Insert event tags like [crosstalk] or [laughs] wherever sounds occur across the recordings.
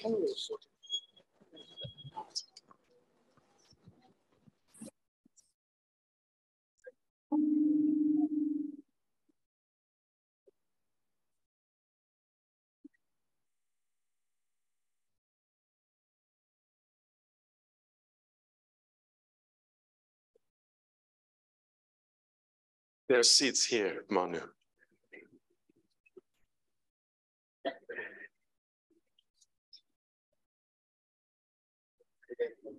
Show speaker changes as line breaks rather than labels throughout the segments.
pose.
There are seats here, Manu.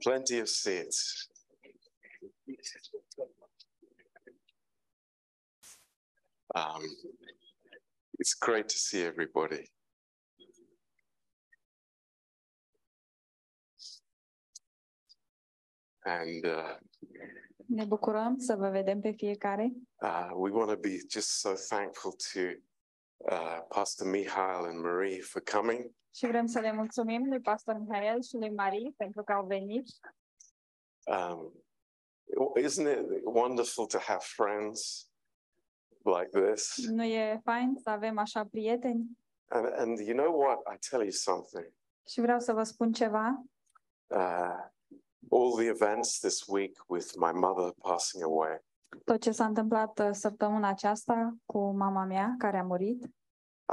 Plenty of seats. Um, it's great to see everybody. And uh,
Ne bucurăm să vă vedem pe fiecare.
uh, we want to be just so thankful to uh, Pastor Mihail and Marie for coming.
Și vrem să le mulțumim lui Pastor Mihail și lui Marie pentru că au venit.
Um, isn't it wonderful to have friends like this?
Nu e fain să avem așa prieteni.
And, and you know what? I tell you something.
Și vreau să vă spun ceva.
Uh, all the events this week with my mother passing away,
Tot ce s-a întâmplat uh, săptămâna aceasta cu mama mea care a murit,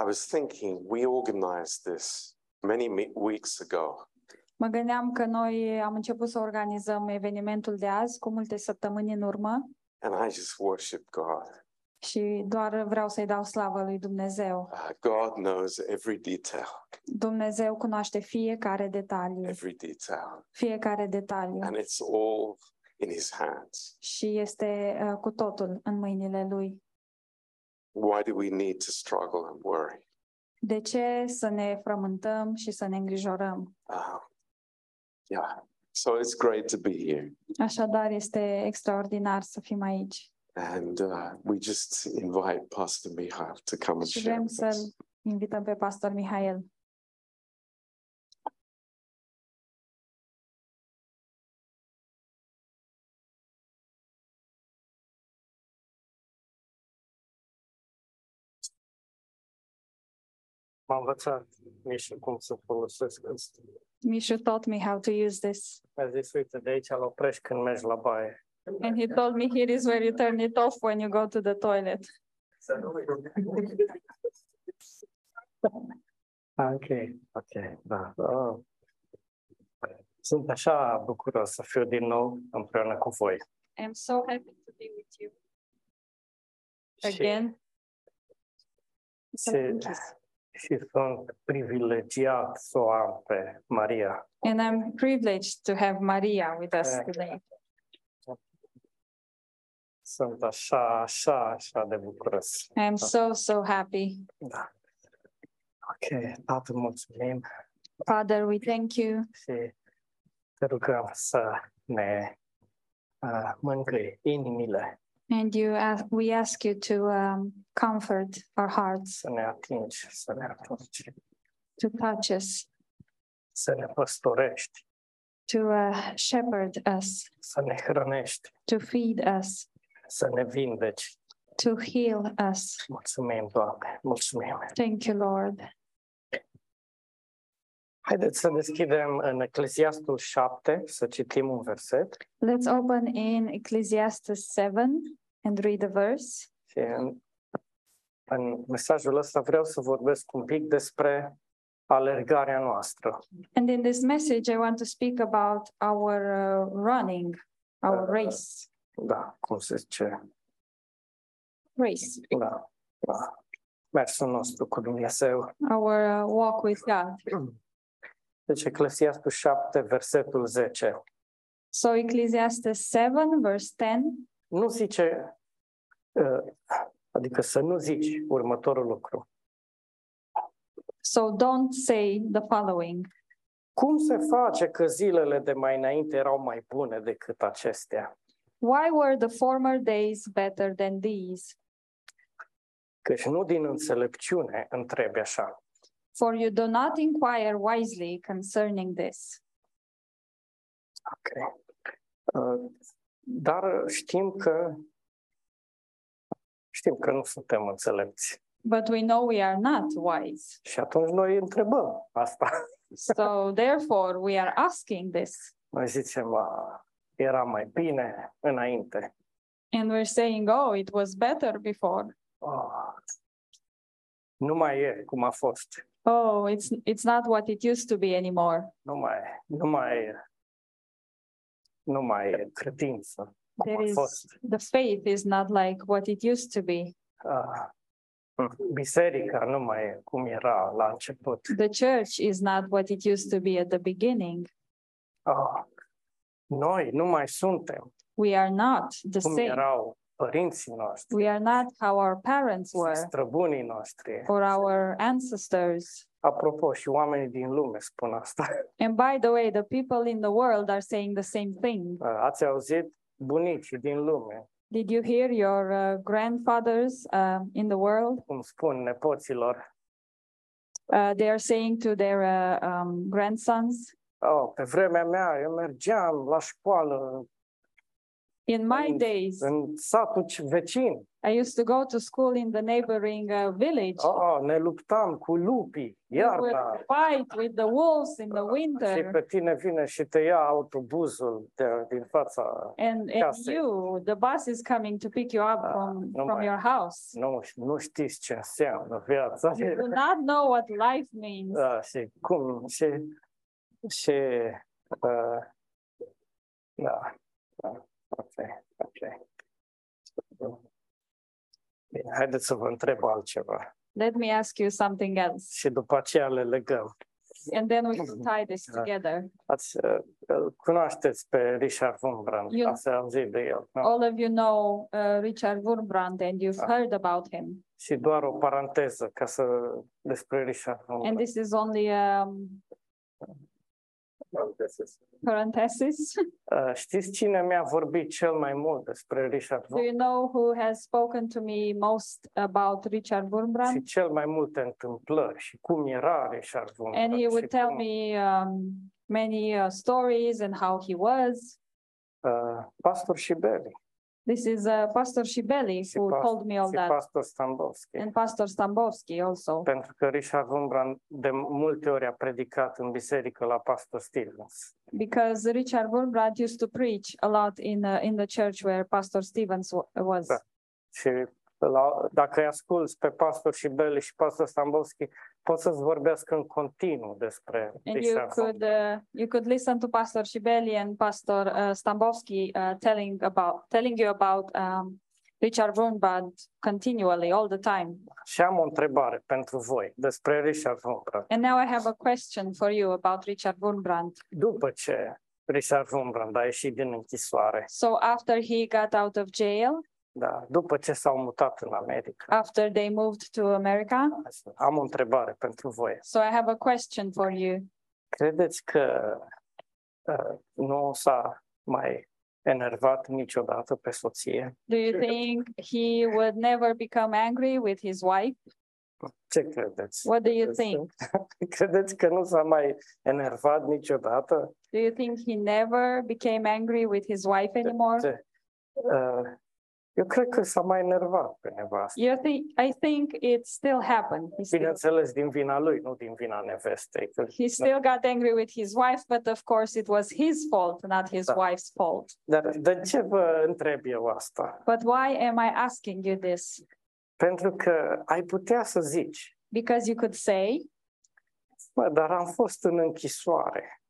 I was thinking we organized this many me- weeks ago.
mă gândeam că noi am început să organizăm evenimentul de azi cu multe săptămâni în urmă
And I just worship God.
și doar vreau să-i dau slavă lui Dumnezeu.
Uh, God knows every detail,
Dumnezeu cunoaște fiecare detaliu,
every detail.
fiecare detaliu
And it's all in His hands.
și este uh, cu totul în mâinile lui.
Why do we need to struggle and worry?
De ce să ne frământăm și să ne îngrijorăm?
Um, yeah. So it's great to be here.
Așadar, este extraordinar să fim aici
And uh, we just invite Pastor Mihail to come and
și
share.
vrem
With us.
să-l invităm pe pastor Mihail.
M-a învățat niște cum să folosesc asta.
Mishu taught me how to use this.
Mi-a zis, uite, de aici îl oprești când mergi la baie.
And he told me here is where you turn it off when you go to the toilet.
[laughs] Ok, ok, da. Oh. Sunt așa bucuros să fiu din nou împreună cu voi.
I'm so happy to be with you
Și,
again.
și, și sunt privilegiat să o am pe Maria.
And I'm privileged to have Maria with us
Da.
today.
Sunt așa, așa, așa de bucuros.
I'm so, so happy.
Da. Ok, Tată, mulțumim.
Father, we thank you.
și te rugăm să ne uh, mângâi inimile,
And you ask, we ask you to um, comfort our hearts,
să ne atingi, să ne atingi,
to touch us,
să ne păstorești,
to uh, shepherd us,
să ne hrănești,
to feed us,
să ne vindeci.
to heal us.
Mulțumim, Doamne, mulțumim.
Thank you, Lord.
Haideți să deschidem în Eclesiastul 7, să citim un verset.
Let's open in Ecclesiastes 7 and read a verse.
Și în, în mesajul ăsta vreau să vorbesc un pic despre alergarea noastră.
And in this message, I want to speak about our uh, running, our
Uh,
race.
Da, cum se zice,
Race,
da, da. Mersul nostru cu Dumnezeu. [clears throat]
our uh, walk with God.
Deci Eclesiastul 7, versetul 10.
So, Ecclesiastes 7, verse 10
Nu zice, uh, adică să nu zici următorul lucru.
So don't say the following.
Cum se face că zilele de mai înainte erau mai bune decât acestea?
Why were the former days better than these?
Căci nu din înțelepciune întrebi așa.
For you do not inquire wisely concerning this.
Okay. Uh, dar știm că știm că nu suntem înțelepți.
But we know we are not wise.
Și atunci noi întrebăm asta. [laughs]
So therefore, we are asking this.
Noi zicem, "Ah, era mai bine înainte.
And we're saying, oh, it was better before.
Oh, nu mai e cum a fost.
Oh, it's it's not what it used to be anymore.
Nu mai, nu mai e. Nu mai e credință.
There
a
is
fost.
the faith is not like what it used to be.
Ah, Biserica nu mai e cum era la început.
The church is not what it used to be at the beginning.
Ah, Noi nu mai suntem
We are not the
cum
same.
erau părinții noștri,
We are not how our parents were
străbunii noștri.
or our ancestors.
Apropo, și oamenii din lume spun asta. [laughs]
And by the way, the people in the world are saying the same thing.
Ah, Ați auzit bunicii din lume
Did you hear your uh, grandfathers uh, in the world?
cum spun nepoților,
Uh, they are saying to their uh, um, grandsons,
oh, pe vremea mea eu mergeam la școală
In my
Mm.
days,
în satul ci- vecin.
I used to go to school in the neighboring uh, village.
Oh, ne luptam cu lupii,
We would
iarna.
fight with the wolves in the
Și
winter.
pe tine vine și te ia autobuzul de, din fața,
And, and
casă.
you, the bus is coming to pick you up
Ah,
from,
nu
from
mai-
your house.
nu, nu știți ce înseamnă viața.
You
[laughs]
do not know what life means.
Da, și cum, și, și, uh, da, da, ok, ok. Bine, haideți să vă întreb altceva
Let me ask you something else.
și după aceea le legăm.
And then we will tie this
Da.
together.
Ați, uh, îl cunoașteți pe Richard von Brandt,
Eu-
ați auzit de el, nu?
All of you know uh, Richard Wurmbrand and you've
Da.
heard about him.
Și doar o paranteză ca să despre Richard von
And
Brandt.
this is only um, parenthesis. [laughs]
Uh, Știți cine mi-a vorbit cel mai mult despre Richard
Do
von
you know who has spoken to me most about Richard Wurmbrand?
și cel mai multe întâmplări și cum era Richard von
And he
Brandt
would
și
tell
cum-
me um, many uh, stories and how he was.
Uh, pastor Șibeli
This is uh, Pastor Shibeli
și,
who
pas-
told me all
și
that,
pastor Stambovski.
and Pastor Stambovski also,
Pentru că Richard von Brandt de multe ori a predicat în biserică la pastor Stevens.
because Richard Wurmbrand used to preach a lot in uh, in the church where Pastor Stevens wa- was.
Da. Și la, dacă îi asculți pe pastor Șibeli și pastor Stambovski, pot să-ți vorbească în continuu despre
And you
Richard von
could uh, you could listen to Pastor Shibeli and Pastor uh, Stambovski uh, telling about telling you about um, Richard Wurmbrand continually all the time.
Și am o întrebare pentru voi despre Richard von Brandt.
And now I have a question for you about Richard Wurmbrand.
După ce Richard von Brandt a ieșit din închisoare,
So after he got out of jail,
da, după ce s-au mutat în America,
after they moved to America,
am o întrebare pentru voi.
so I have a question for you.
Credeți că uh, nu s-a mai enervat niciodată pe soție?
Do you think he would never become angry with his wife?
Ce credeți?
What do you think?
Credeți că [laughs] nu s-a mai enervat niciodată?
Do you think he never became angry with his wife anymore?
Ce- Uh, eu cred că s-a mai enervat pe nevastă.
You think I think it still happened. He still,
Bineînțeles, din vina lui, nu din vina nevestei. Că
he still got angry with his wife, but of course it was his fault, not his
Da.
wife's fault.
Dar de ce vă întreb eu asta?
But why am I asking you this?
Pentru că ai putea să zici,
Because you could say,
mă, dar am fost în închisoare,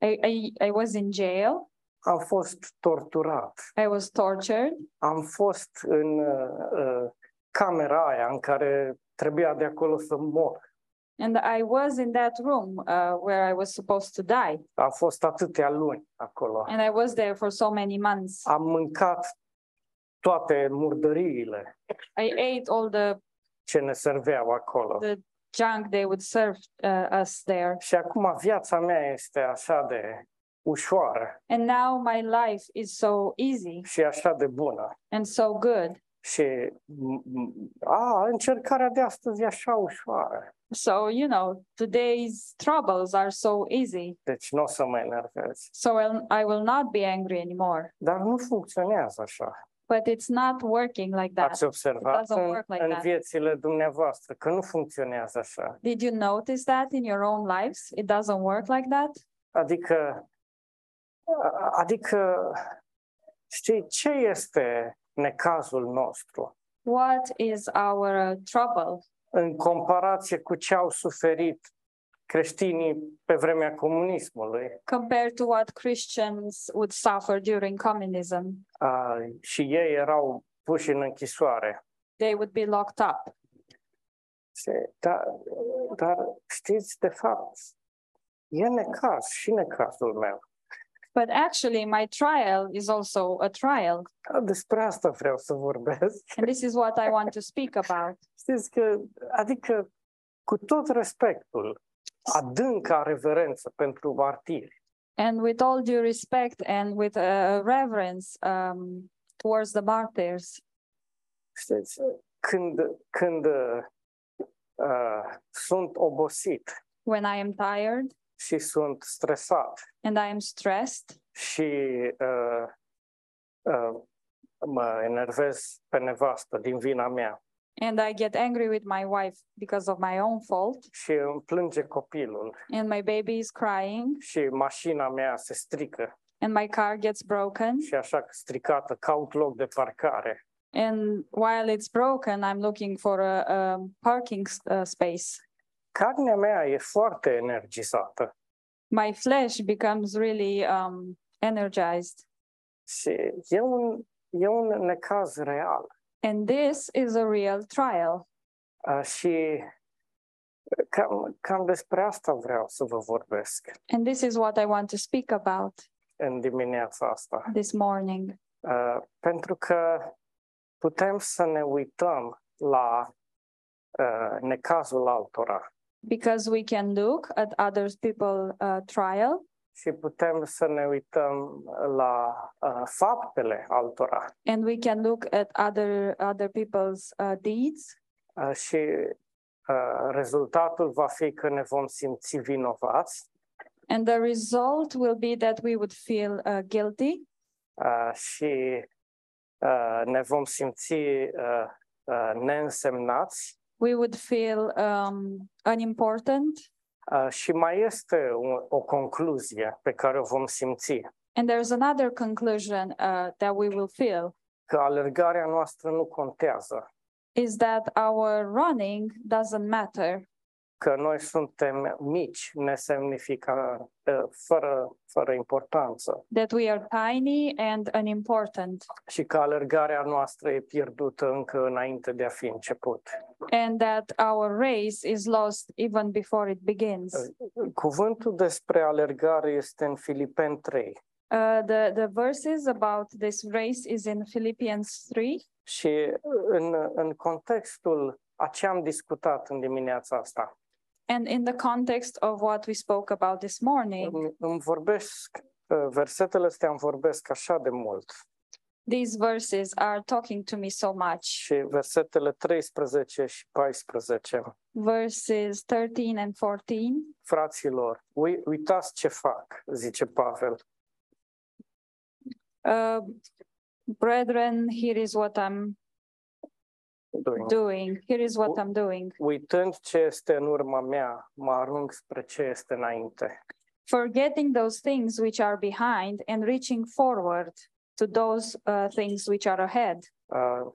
I, I, I was in jail,
am fost torturat,
I was tortured,
am fost în uh, uh, camera aia în care trebuia de acolo să mor,
and I was in that room uh, where I was supposed to die.
am fost atâtea luni acolo,
And I was there for so many months.
am mâncat toate murdăriile
I ate all the
ce ne serveau acolo.
The- junk they would serve uh, us there.
Și acum viața mea este așa de ușoară
And now my life is so easy
și așa de bună.
and so good.
Și m- m- a, încercarea de astăzi e așa ușoară,
So, you know, today's troubles are so easy.
deci nu o să mă enervez.
So I'll, I will not be angry anymore.
Dar nu funcționează așa.
but it's not working like that.
Ați observat
Da. doesn't
în,
work like
în
that.
viețile dumneavoastră că nu funcționează așa.
Did you notice that in your own lives? It doesn't work like that.
Adică, a- adică, știi, ce este necazul nostru
What is our uh, trouble
în comparație cu ce au suferit creștinii pe vremea comunismului
compared to what Christians would suffer during communism?
a, și ei erau puși în închisoare.
They would be locked up.
Se- Dar, dar știți, de fapt, e necaz și necazul meu.
But actually, my trial is also a trial.
Da, Despre asta vreau să vorbesc. [laughs]
And this is what I want to speak about.
Știți că, adică, cu tot respectul, adânca reverență pentru martiri,
And with all due respect and with uh, reverence um, towards the martyrs,
știți, când, când uh, sunt obosit
when I am tired
și sunt stresat
and I am stressed
și uh, uh, mă enervez pe nevastă din vina mea
and I get angry with my wife because of my own fault,
și îmi plânge copilul
and my baby is crying,
și mașina mea se strică
and my car gets broken,
și așa stricată caut loc de parcare
and while it's broken, I'm looking for a, um parking s- uh, space.
carnea mea e foarte energizată
My flesh becomes really um, energized.
și e un, e un necaz real.
And this is a real trial.
A, Uh, și cam, cam despre asta vreau să vă vorbesc
And this is what I want to speak about
în dimineața asta.
this morning.
Uh, pentru că putem să ne uităm la uh, necazul altora
because we can look at other people's uh, trial
și putem să ne uităm la uh, faptele altora
and we can look at other other people's uh, deeds
uh, și uh, rezultatul va fi că ne vom simți vinovați
and the result will be that we would feel uh, guilty
uh, și uh, ne vom simți uh, uh, neînsemnați
we would feel um, unimportant
uh, și mai este o, o concluzie pe care o vom simți,
and there's another conclusion uh, that we will feel
că alergarea noastră nu contează.
is that our running doesn't matter
că noi suntem mici, nesemnifica, fără, fără importanță
that we are tiny and unimportant
și că alergarea noastră e pierdută încă înainte de a fi început.
and that our race is lost even before it begins
Cuvântul despre alergare este în Filipen 3
Uh, the, the verses about this race is in Philippians 3.
și în, în contextul a ce am discutat în dimineața asta,
And in the context of what we spoke about this morning,
îmi, îmi vorbesc, uh, versetele astea îmi vorbesc așa de mult
these verses are talking to me so much.
și versetele 13 și 14.
Verses 13 and 14.
Fraților, ui- uitați ce fac, zice Pavel.
Uh, Brethren, here is what I'm
Doing.
doing. Here is what I'm doing.
Uitând ce este în urma mea, mă arunc spre ce este înainte.
Forgetting those things which are behind and reaching forward to those uh, things which are ahead.
Uh,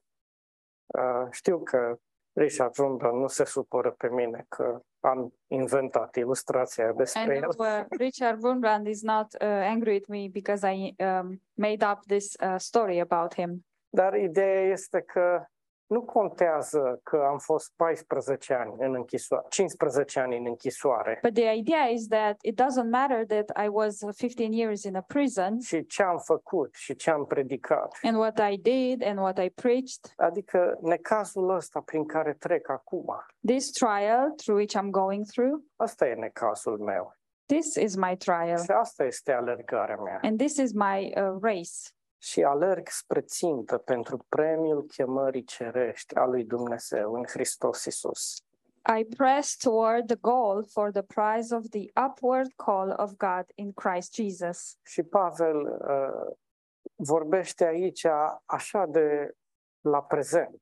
uh, știu că Richard Rundon nu se supără pe mine că am inventat ilustrația
I
despre
know
el.
uh, Richard Wurmbrand is not uh, angry with me because I um, made up this uh, story about him.
Dar ideea este că nu contează că am fost 14 ani în închisoare, 15 ani în închisoare
But the idea is that it doesn't matter that I was 15 years in a prison
și ce am făcut și ce am predicat.
and what I did and what I preached.
Adică necazul ăsta prin care trec acum,
This trial through which I'm going through,
asta e necazul meu.
this is my trial
Și asta este alergarea mea.
and this is my uh, race.
Și alerg spre țintă pentru premiul chemării cerești a lui Dumnezeu în Hristos Isus.
I press toward the goal for the prize of the upward call of God in Christ Jesus.
Și Pavel uh, vorbește aici așa de la prezent.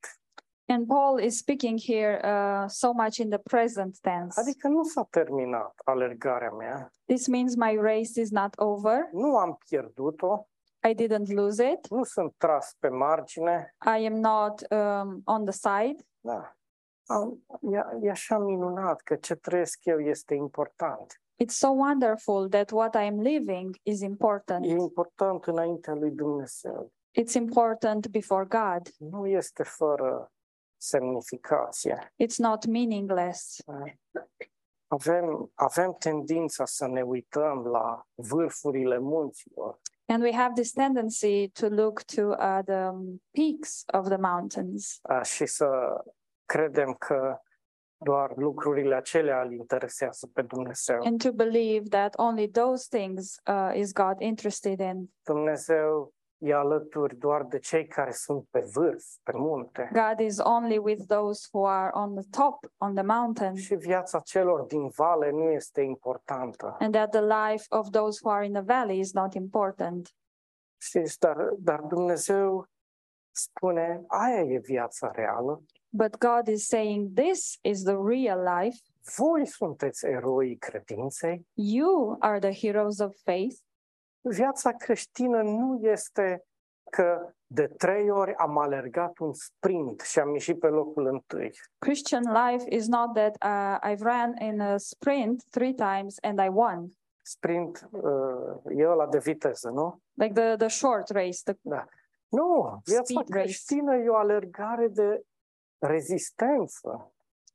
And Paul is speaking here uh, so much in the present tense.
Adică nu s-a terminat alergarea mea,
This means my race is not over.
nu am pierdut-o,
I didn't lose it.
nu sunt tras pe margine.
I am not um, on the side.
Da. Am, e, e așa minunat că ce trăiesc eu este important.
It's so wonderful that what I am living is important.
E important înaintea lui Dumnezeu.
It's important before God.
Nu este fără semnificație.
It's not meaningless.
Da. Avem, avem tendința să ne uităm la vârfurile munților,
And we have this tendency to look to uh, the um, peaks of the mountains
a, da? și să credem că doar lucrurile acelea îl interesează pe Dumnezeu.
and to believe that only those things uh, is God interested in.
Dumnezeu e alături doar de cei care sunt pe vârf, pe munte.
God is only with those who are on the top, on the mountain,
Și viața celor din vale nu este importantă.
and that the life of those who are in the valley is not important.
Știți, dar, dar Dumnezeu spune, aia e viața reală.
But God is saying, This is the real life.
Voi sunteți eroii credinței.
You are the heroes of faith.
Viața creștină nu este că de trei ori am alergat un sprint și am ieșit pe locul întâi.
Christian life is not that uh, I've ran in a sprint three times and I won,
Sprint uh, e ăla de viteză, nu?
like the, the short race, the
Nu, viața
Speed race.
creștină e o alergare de rezistență.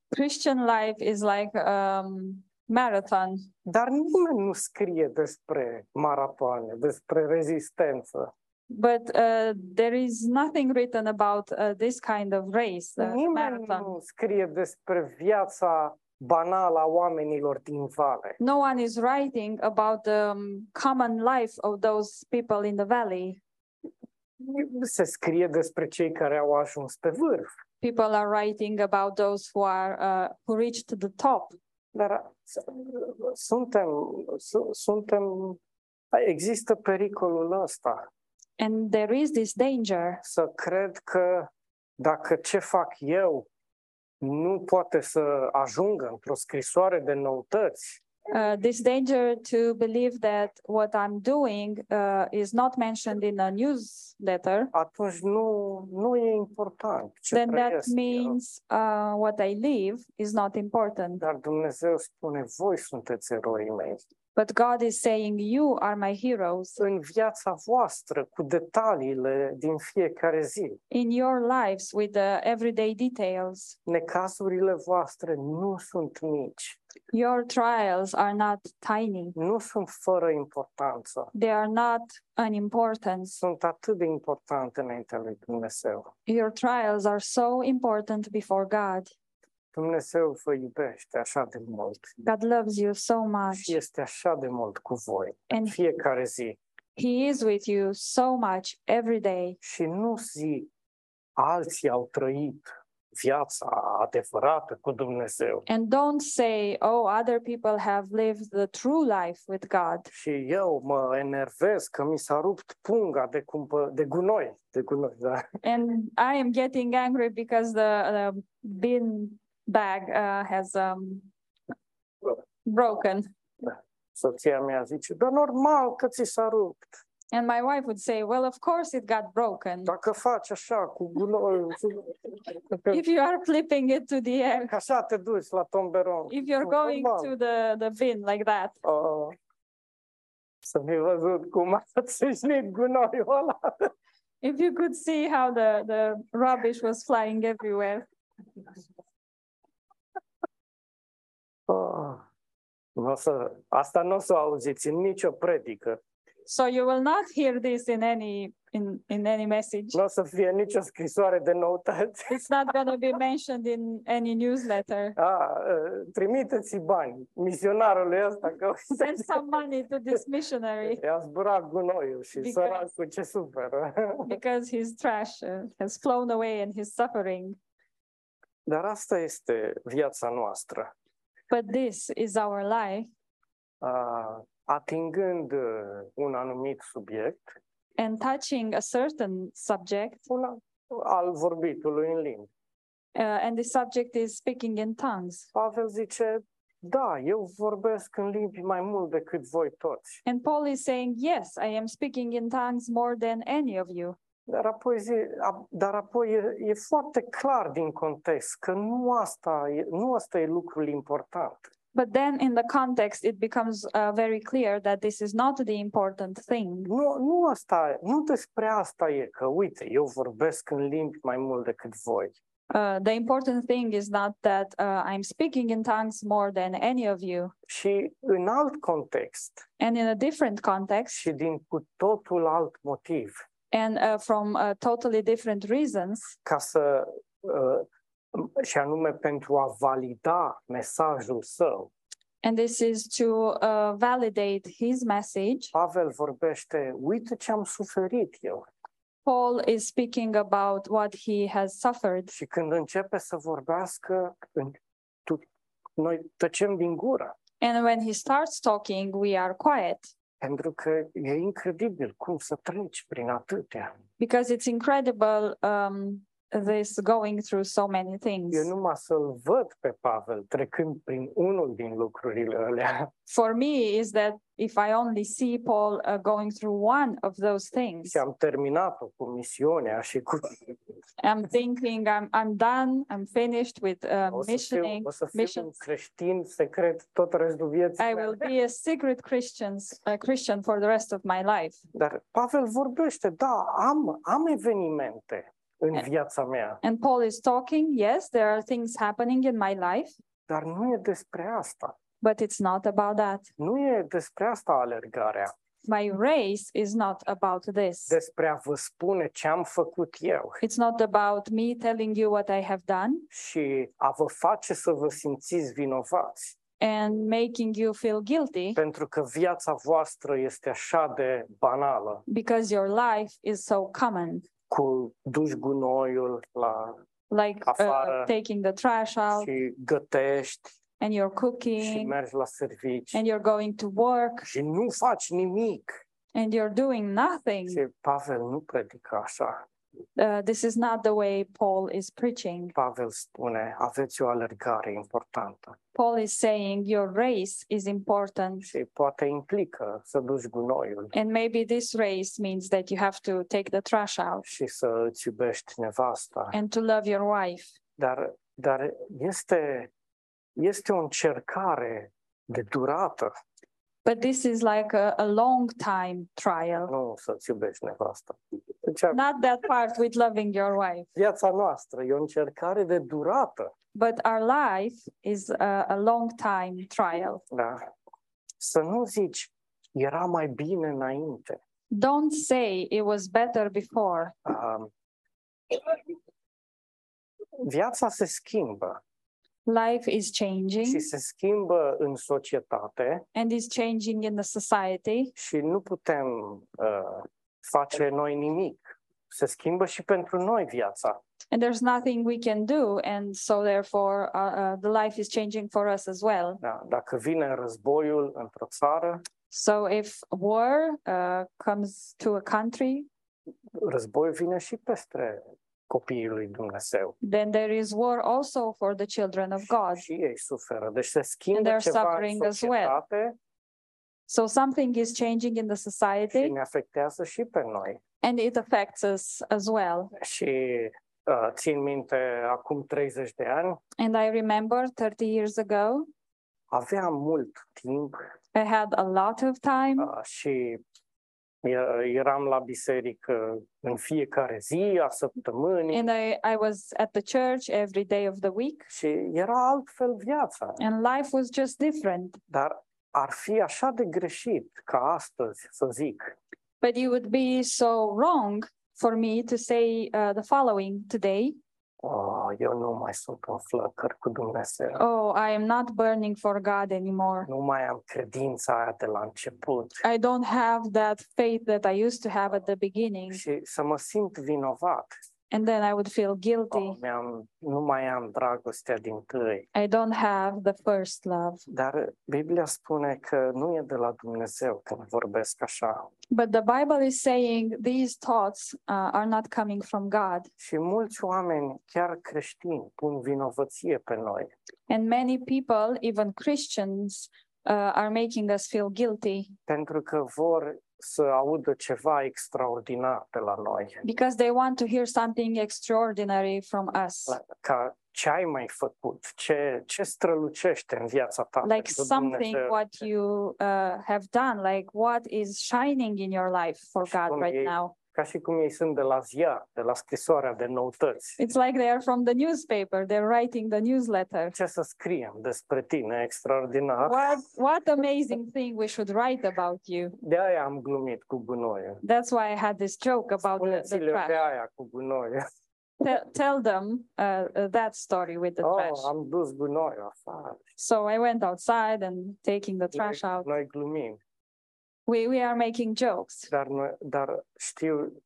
Christian life is like um, marathon,
Dar nimeni nu scrie despre maratoane, despre rezistență.
but uh, there is nothing written about uh, this kind of race, the
nimeni
marathon.
nu scrie despre viața banală a oamenilor din vale.
No one is writing about the um, common life of those people in the valley.
Se scrie despre cei care au ajuns pe vârf.
People are writing about those who are uh, who reached the top.
Dar s- suntem, su- suntem, există pericolul ăsta
And there is this danger
să cred că dacă ce fac eu nu poate să ajungă într-o scrisoare de noutăți,
uh, this danger to believe that what I'm doing uh, is not mentioned in a newsletter,
atunci nu, nu e important ce
then that
trăiesc eu.
means uh, what I live is not important.
Dar Dumnezeu spune, voi sunteți eroii mei.
But God is saying, You are my heroes
În viața voastră, cu detaliile din fiecare zi,
in your lives with the everyday details.
necazurile voastre nu sunt mici,
Your trials are not tiny,
nu sunt fără importanță,
they are not unimportant.
sunt atât de importante înaintea lui Dumnezeu.
Your trials are so important before God.
Dumnezeu vă iubește așa de mult.
God loves you so much,
și este așa de mult cu voi în
and
fiecare zi.
He is with you so much every day.
Și nu zi alții au trăit viața adevărată cu Dumnezeu
And don't say, oh, other people have lived the true life with God.
și eu mă enervez că mi s-a rupt punga de, cumpă, de gunoi, de gunoi, da? [laughs]
And I am getting angry because the uh, bin bag uh, has um, broken.
Soția mea zice, dar normal că ți s-a rupt.
And my wife would say, well, of course it got broken.
Dacă faci așa cu gunoiul, că,
If you are flipping it to the air,
că așa te duci la tomberon.
if you're going to the, the bin like that,
Oh. Să fi văzut cum a țâșnit gunoiul ăla.
if you could see how the, the rubbish was flying everywhere.
Ah, n-o să, asta nu o să o auziți în nicio predică.
So you will not hear this in any in, in any message.
Nu o să fie nicio scrisoare de noutăți.
It's not going to be mentioned in any newsletter.
A, eh, trimiteți bani misionarului ăsta că
Send some money to this missionary
i-a zburat gunoiul și
Because-
săracul ce suferă.
because his trash uh, has flown away and he's suffering.
Dar asta este viața noastră.
But this is our life.
A, atingând eh, un anumit uh, subiect,
and touching a certain subject,
una, al vorbitului în limbi.
uh, and the subject is speaking in tongues.
Pavel zice, da, eu vorbesc în limbi mai mult decât voi toți.
And Paul is saying, Yes, I am speaking in tongues more than any of you.
Dar apoi, zi, a, dar apoi e, e foarte clar din context că nu asta, e, nu asta e lucrul important.
But then in the context, it becomes uh, very clear that this is not the important thing.
Nu, nu, asta, nu despre asta e, că uite, eu vorbesc în limbi mai mult decât voi.
Uh, the important thing is not that uh, I'm speaking in tongues more than any of you.
Și în alt context
And in a different context,
și din cu totul alt motiv,
and uh, from uh, totally different reasons,
ca să, uh, și anume pentru a valida mesajul său,
and this is to uh, validate his message,
Pavel vorbește, uite ce am suferit eu.
Paul is speaking about what he has suffered.
Și când începe să vorbească, în- tu, noi tăcem din gură.
And when he starts talking, we are quiet
Pentru că e incredibil cum să treci prin atâtea.
because it's incredible um, this going through so many things.
Eu numai să-l văd pe Pavel trecând prin unul din lucrurile alea, [laughs]
For me, is that if I only see Paul uh, going through one of those things,
și am terminat-o cu misiunea și cu...
I'm thinking I'm, I'm done, I'm finished with uh,
O să fiu,
missioning.
o să fiu un
missions.
creștin secret tot restul vieții.
I
mele.
will be a secret Christians, a Christian for the rest of my life.
Dar Pavel vorbește, da, am, am evenimente în viața mea,
And Paul is talking, yes, there are things happening in my life,
dar nu e despre asta.
but it's not about that.
Nu e despre asta alergarea,
My race is not about this.
despre a vă spune ce am făcut eu
It's not about me telling you what I have done
și a vă face să vă simțiți vinovați,
and making you feel guilty
pentru că viața voastră este așa de banală,
because your life is so common,
cu duci gunoiul la
like uh,
Afară.
taking the trash out
și gătești
and you're
și
cooking
mergi la servici
and you're going to work
și nu faci nimic.
and you're doing nothing.
Și Pavel nu predică așa.
Uh, this is not the way Paul is preaching.
Pavel spune, aveți o alergare importantă
Paul is saying your race is important.
și poate implică să duci gunoiul
And maybe this race means that you have to take the trash out
și să îți iubești nevasta.
and to love your wife.
Dar, dar este, este o încercare de durată,
But this is like a, a long time trial.
nu să-ți iubești nevasta. Deci
Not that part with loving your wife,
viața noastră e o încercare de durată
but our life is a, a long time trial.
da? să nu zici, era mai bine înainte.
Don't say it was better before.
Um, viața se schimbă
Life is
și
changing
se schimbă în societate
and is changing in the society,
și nu putem uh, face noi nimic. Se schimbă și pentru noi viața.
and there's nothing we can do. And so, therefore, uh, uh, the life is changing for us as well.
Da? Dacă vine războiul într-o țară,
So, if war uh, comes to a country,
războiul vine și peste copiii lui Dumnezeu.
then there is war also for the children of God.
Și ei suferă. Deci se schimbă
they're
ceva în
suffering as well.
societate
So something is changing in the
și
society
ne afectează și pe noi.
and it affects us as well.
Și uh, țin minte, acum 30 de ani,
And I remember 30 years ago,
aveam mult timp
I had a lot of time
uh, și e- eram la biserică în fiecare zi a săptămânii.
and I, I was at the church every day of the week
Și era altfel viața.
and life was just different.
Dar ar fi așa de greșit ca astăzi să zic,
But it would be so wrong for me to say uh, the following today
oh, eu nu mai sunt în flăcări cu Dumnezeu.
Oh, I am not burning for God anymore.
Nu mai am credința aia de la început.
I Exact. don't have that faith that I used to have at the beginning.
Și să mă simt vinovat
and then I would feel guilty.
Oh, mi-am, nu mai am dragostea din tâi.
I don't have the first love.
Dar Biblia spune că nu e de la Dumnezeu când vorbesc așa.
But the Bible is saying these thoughts uh, are not coming from God.
Și mulți oameni, chiar creștini, pun vinovăție pe noi.
And many people, even Christians, uh, are making us feel guilty
pentru că vor să audă ceva extraordinar de la noi.
because they want to hear something extraordinary from us.
La- Ca ce ai mai făcut? Ce, ce strălucește în viața ta?
Like
pentru
something
Dumnezeu?
what you uh, have done, like what is shining in your life for God
Spune
right
ei.
now.
Ca și cum ei sunt de la ziar, de la scrisoarea de noutăți.
It's like they are from the newspaper, they're writing the newsletter.
Ce să scriem despre tine extraordinar?
What, what amazing thing we should write about you.
De aia am glumit cu gunoiul.
That's why I had this joke about the, the
Spuneți-le pe
trash.
aia cu gunoiul.
Tell, tell them uh, uh, that story with the
Oh,
trash.
am dus gunoiul afară.
So I went outside and taking the trash
noi,
out.
noi glumim.
We, we are making jokes,
Dar, noi, dar știu,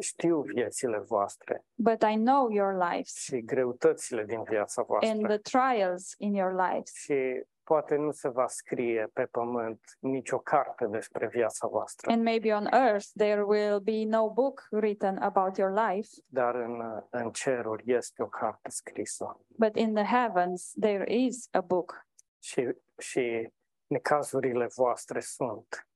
știu viețile voastre.
but I know your lives
și greutățile din viața voastră.
and the trials in your lives.
Și poate nu se va scrie pe pământ nicio carte despre viața voastră,
And maybe on earth there will be no book written about your life,
dar în, în ceruri este o carte scrisă.
but in the heavens there is a book.
Și, și necazurile voastre sunt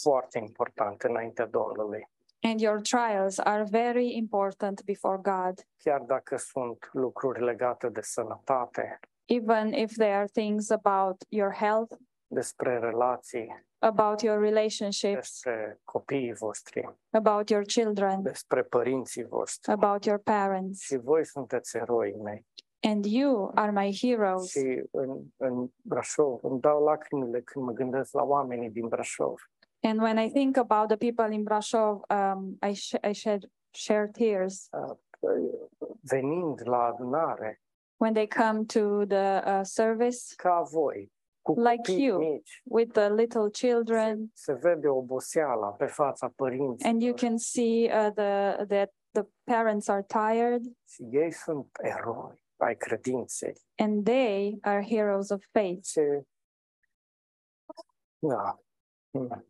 foarte importante înaintea Domnului,
And your trials are very important before God,
chiar dacă sunt lucruri legate de sănătate,
even if they are things about your health,
despre relații,
about your relationships,
despre copiii voștri,
about your children,
despre părinții voștri.
about your parents.
Și voi sunteți eroii mei.
And you are my heroes.
Și în, în Brașov îmi dau lacrimile când mă gândesc la oamenii din Brașov.
And when I think about the people in Brasov, um, I, sh- I shed share tears
Venind la adunare,
when they come to the uh, service
ca voi, cu
Like
copii
you.
mici,
with the little children,
se vede oboseala pe fața părinților
and you can see uh, the that the parents are tired
și ei sunt eroi ai credinței.
and they are heroes of faith.
Ce... Da. Mm.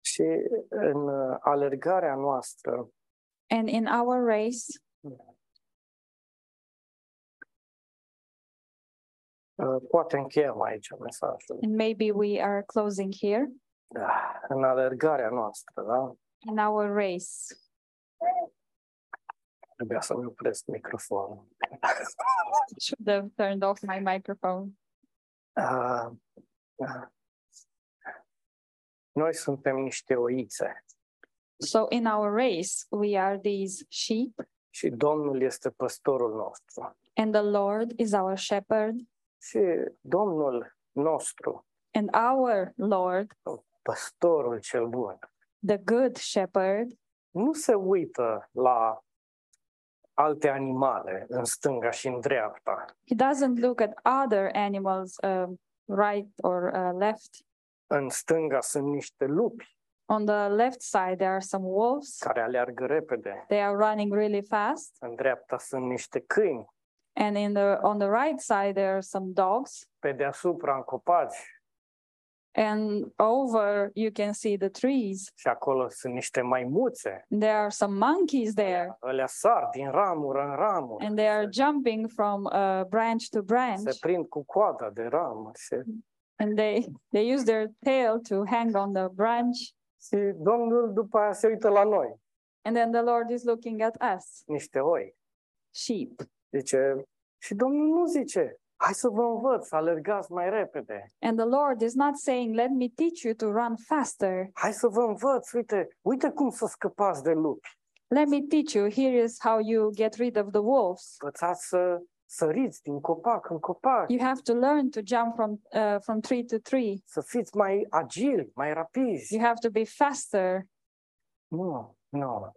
Și în uh, alergarea noastră
And in our race,
uh, poate încheiem aici mesajul.
and maybe we are closing here,
Da, în alergarea noastră, da?
in our race,
Trebuia să-mi opresc microfonul.
should have turned off my microphone.
Ah, ah. Noi suntem niște oițe
So in our race, we are these sheep,
și Domnul este păstorul nostru.
and the Lord is our shepherd,
Și Domnul nostru,
and our Lord,
păstorul cel bun,
the good shepherd,
nu se uită la alte animale în stânga și în dreapta.
he doesn't look at other animals, um, right or uh, left.
În stânga sunt niște lupi
On the left side, there are some wolves.
care aleargă repede.
They are running really fast.
În dreapta sunt niște câini.
And in the, on the right side, there are some dogs.
Pe deasupra în copaci
And over, you can see the trees.
și acolo sunt niște maimuțe.
There are some monkeys there,
Alea sar din ramură în ramură.
and they are jumping from uh, branch to branch,
Se prind cu coada de ramă. Se...
and they they use their tail to hang on the branch.
Și Domnul după aia se uită la noi,
And then the Lord is looking at us,
niște oi.
sheep.
Zice, și Domnul nu zice, hai să vă învăț, să alergați mai repede.
And the Lord is not saying, "Let me teach you to run faster.
Hai să vă învăț, uite, uite cum să scăpați de lupi.
Let me teach you. Here is how you get rid of the wolves.
Învățați să săriți din copac în copac,
You have to learn to jump from uh, from tree to tree.
să fiți mai agili, mai rapizi.
You have to be faster."
Nu, nu.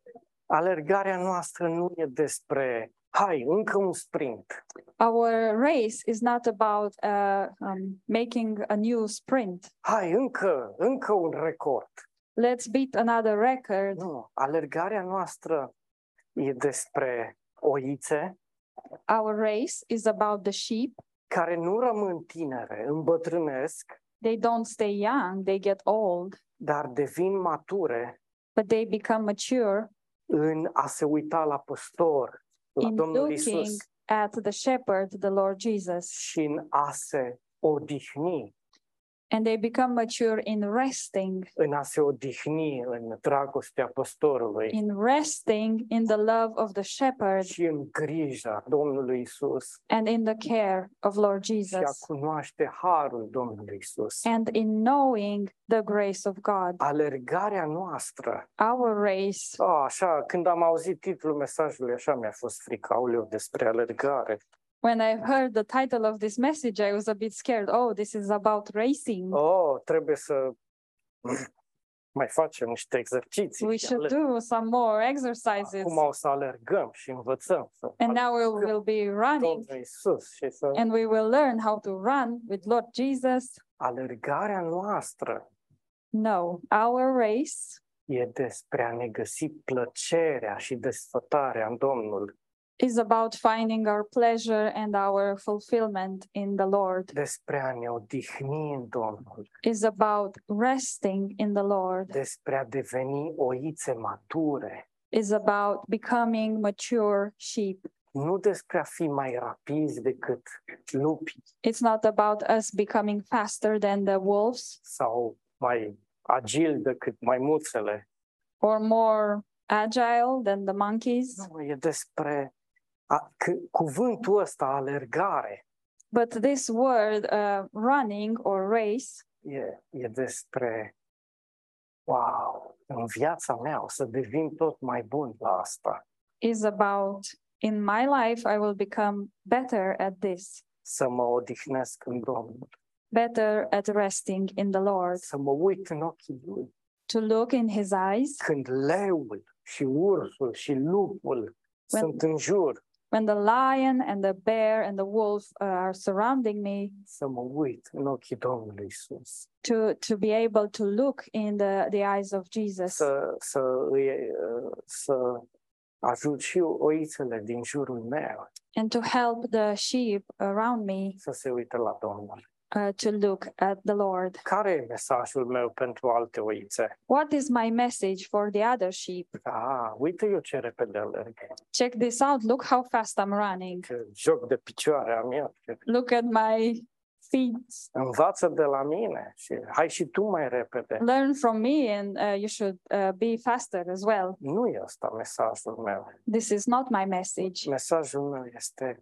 Alergarea noastră nu e despre, hai, încă un sprint.
Our race is not about uh, um, making a new sprint.
Hai, încă, încă un record.
Let's beat another record.
Nu, alergarea noastră e despre oițe
Our race is about the sheep.
care nu rămân tinere, îmbătrânesc,
They don't stay young, they get old,
dar devin mature
but they become mature
în a se uita la păstor, la
in
Domnul
looking
Isus
at the shepherd, the Lord Jesus.
și în a se odihni,
And they become mature in resting,
în a se odihni în dragostea păstorului
in resting in the love of the shepherd
și în grija Domnului Isus
and in the care of Lord
și a
Jesus
cunoaște harul Domnului Isus.
and in knowing the grace of God.
Alergarea noastră.
Our race,
A, așa, când am auzit titlul mesajului, așa mi-a fost frică, auleu, despre alergare.
when I heard the title of this message, I was a bit scared. Oh, this is about racing.
Oh, trebuie să [clears throat] mai facem niște exerciții.
We
și
should
alerg-
do some more exercises.
Acum o să alergăm și învățăm să
And now we
alergăm
will be
cu
running
Domnul Isus și să
and we will learn how to run with Lord Jesus.
alergarea noastră
No, our race
e despre a ne găsi plăcerea și desfătarea în Domnul,
is about finding our pleasure and our fulfillment in the Lord,
despre a ne odihni în Domnul.
is about resting in the Lord,
despre a deveni oițe mature,
is about becoming mature sheep.
nu despre a fi mai rapizi decât lupii
It's not about us becoming faster than the wolves
sau mai agil decât maimuțele.
or more agile than the monkeys,
Nu, e despre a, c- cuvântul ăsta, alergare,
but this word uh, running or race
e, e despre wow, în viața mea o să devin tot mai bun la asta,
is about in my life I will become better at this,
să mă odihnesc în Domnul,
better at resting in the Lord,
să mă uit în ochii Lui.
to look in his eyes
Când leul și ursul și lupul sunt în jur,
when the lion and the bear and the wolf uh, are surrounding me
să mă uit în ochii Domnului Isus,
to to be able to look in the the eyes of Jesus
să, să, îi, uh, să ajut și oițele din jurul meu
and to help the sheep around me
să se uite la Domnul.
uh, to look at the Lord.
Care e mesajul meu pentru alte oițe?
What is my message for the other sheep?
Da, uite eu ce repede alerg,
Check this out. Look how fast I'm running.
ce joc de picioare am eu, ce
Look at my feet.
învață de la mine și hai și tu mai repede.
Learn from me, and uh, you should uh, be faster as well.
Nu e asta mesajul meu.
This is not my message.
Mesajul meu este,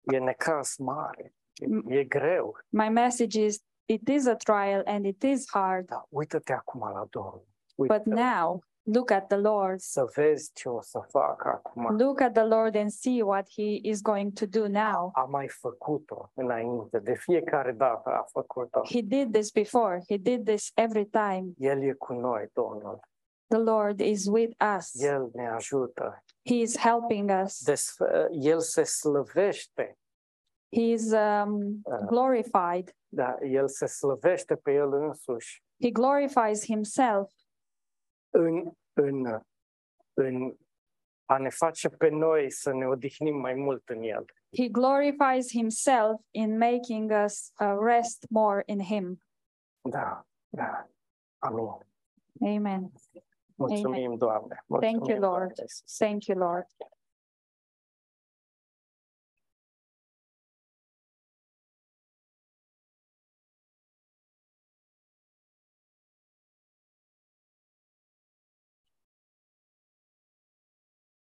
e necaz mare,
M-
e greu,
My message is it is a trial and it is hard.
dar uită-te acum la Domnul. Uită-te
But
la
now look at the Lord.
să vezi ce o să fac acum.
Look at the Lord and see what He is going to do now.
A mai făcut-o înainte, de fiecare dată a făcut-o.
He did this before, He did this every time.
El e cu noi, Domnul.
The Lord is with us,
El ne ajută.
He is helping us,
Desf- el se slăvește,
He is um,
Uh,
glorified.
da, el se slăvește pe el însuși
He glorifies Himself
în, în, în a ne face pe noi să ne odihnim mai mult în el.
He glorifies himself in making us uh, rest more in him.
Da, da. Amin.
Amen.
Mulțumim, Doamne. Mulțumim,
Thank you, Lord.
Doamne Iisuse.
Thank you, Lord.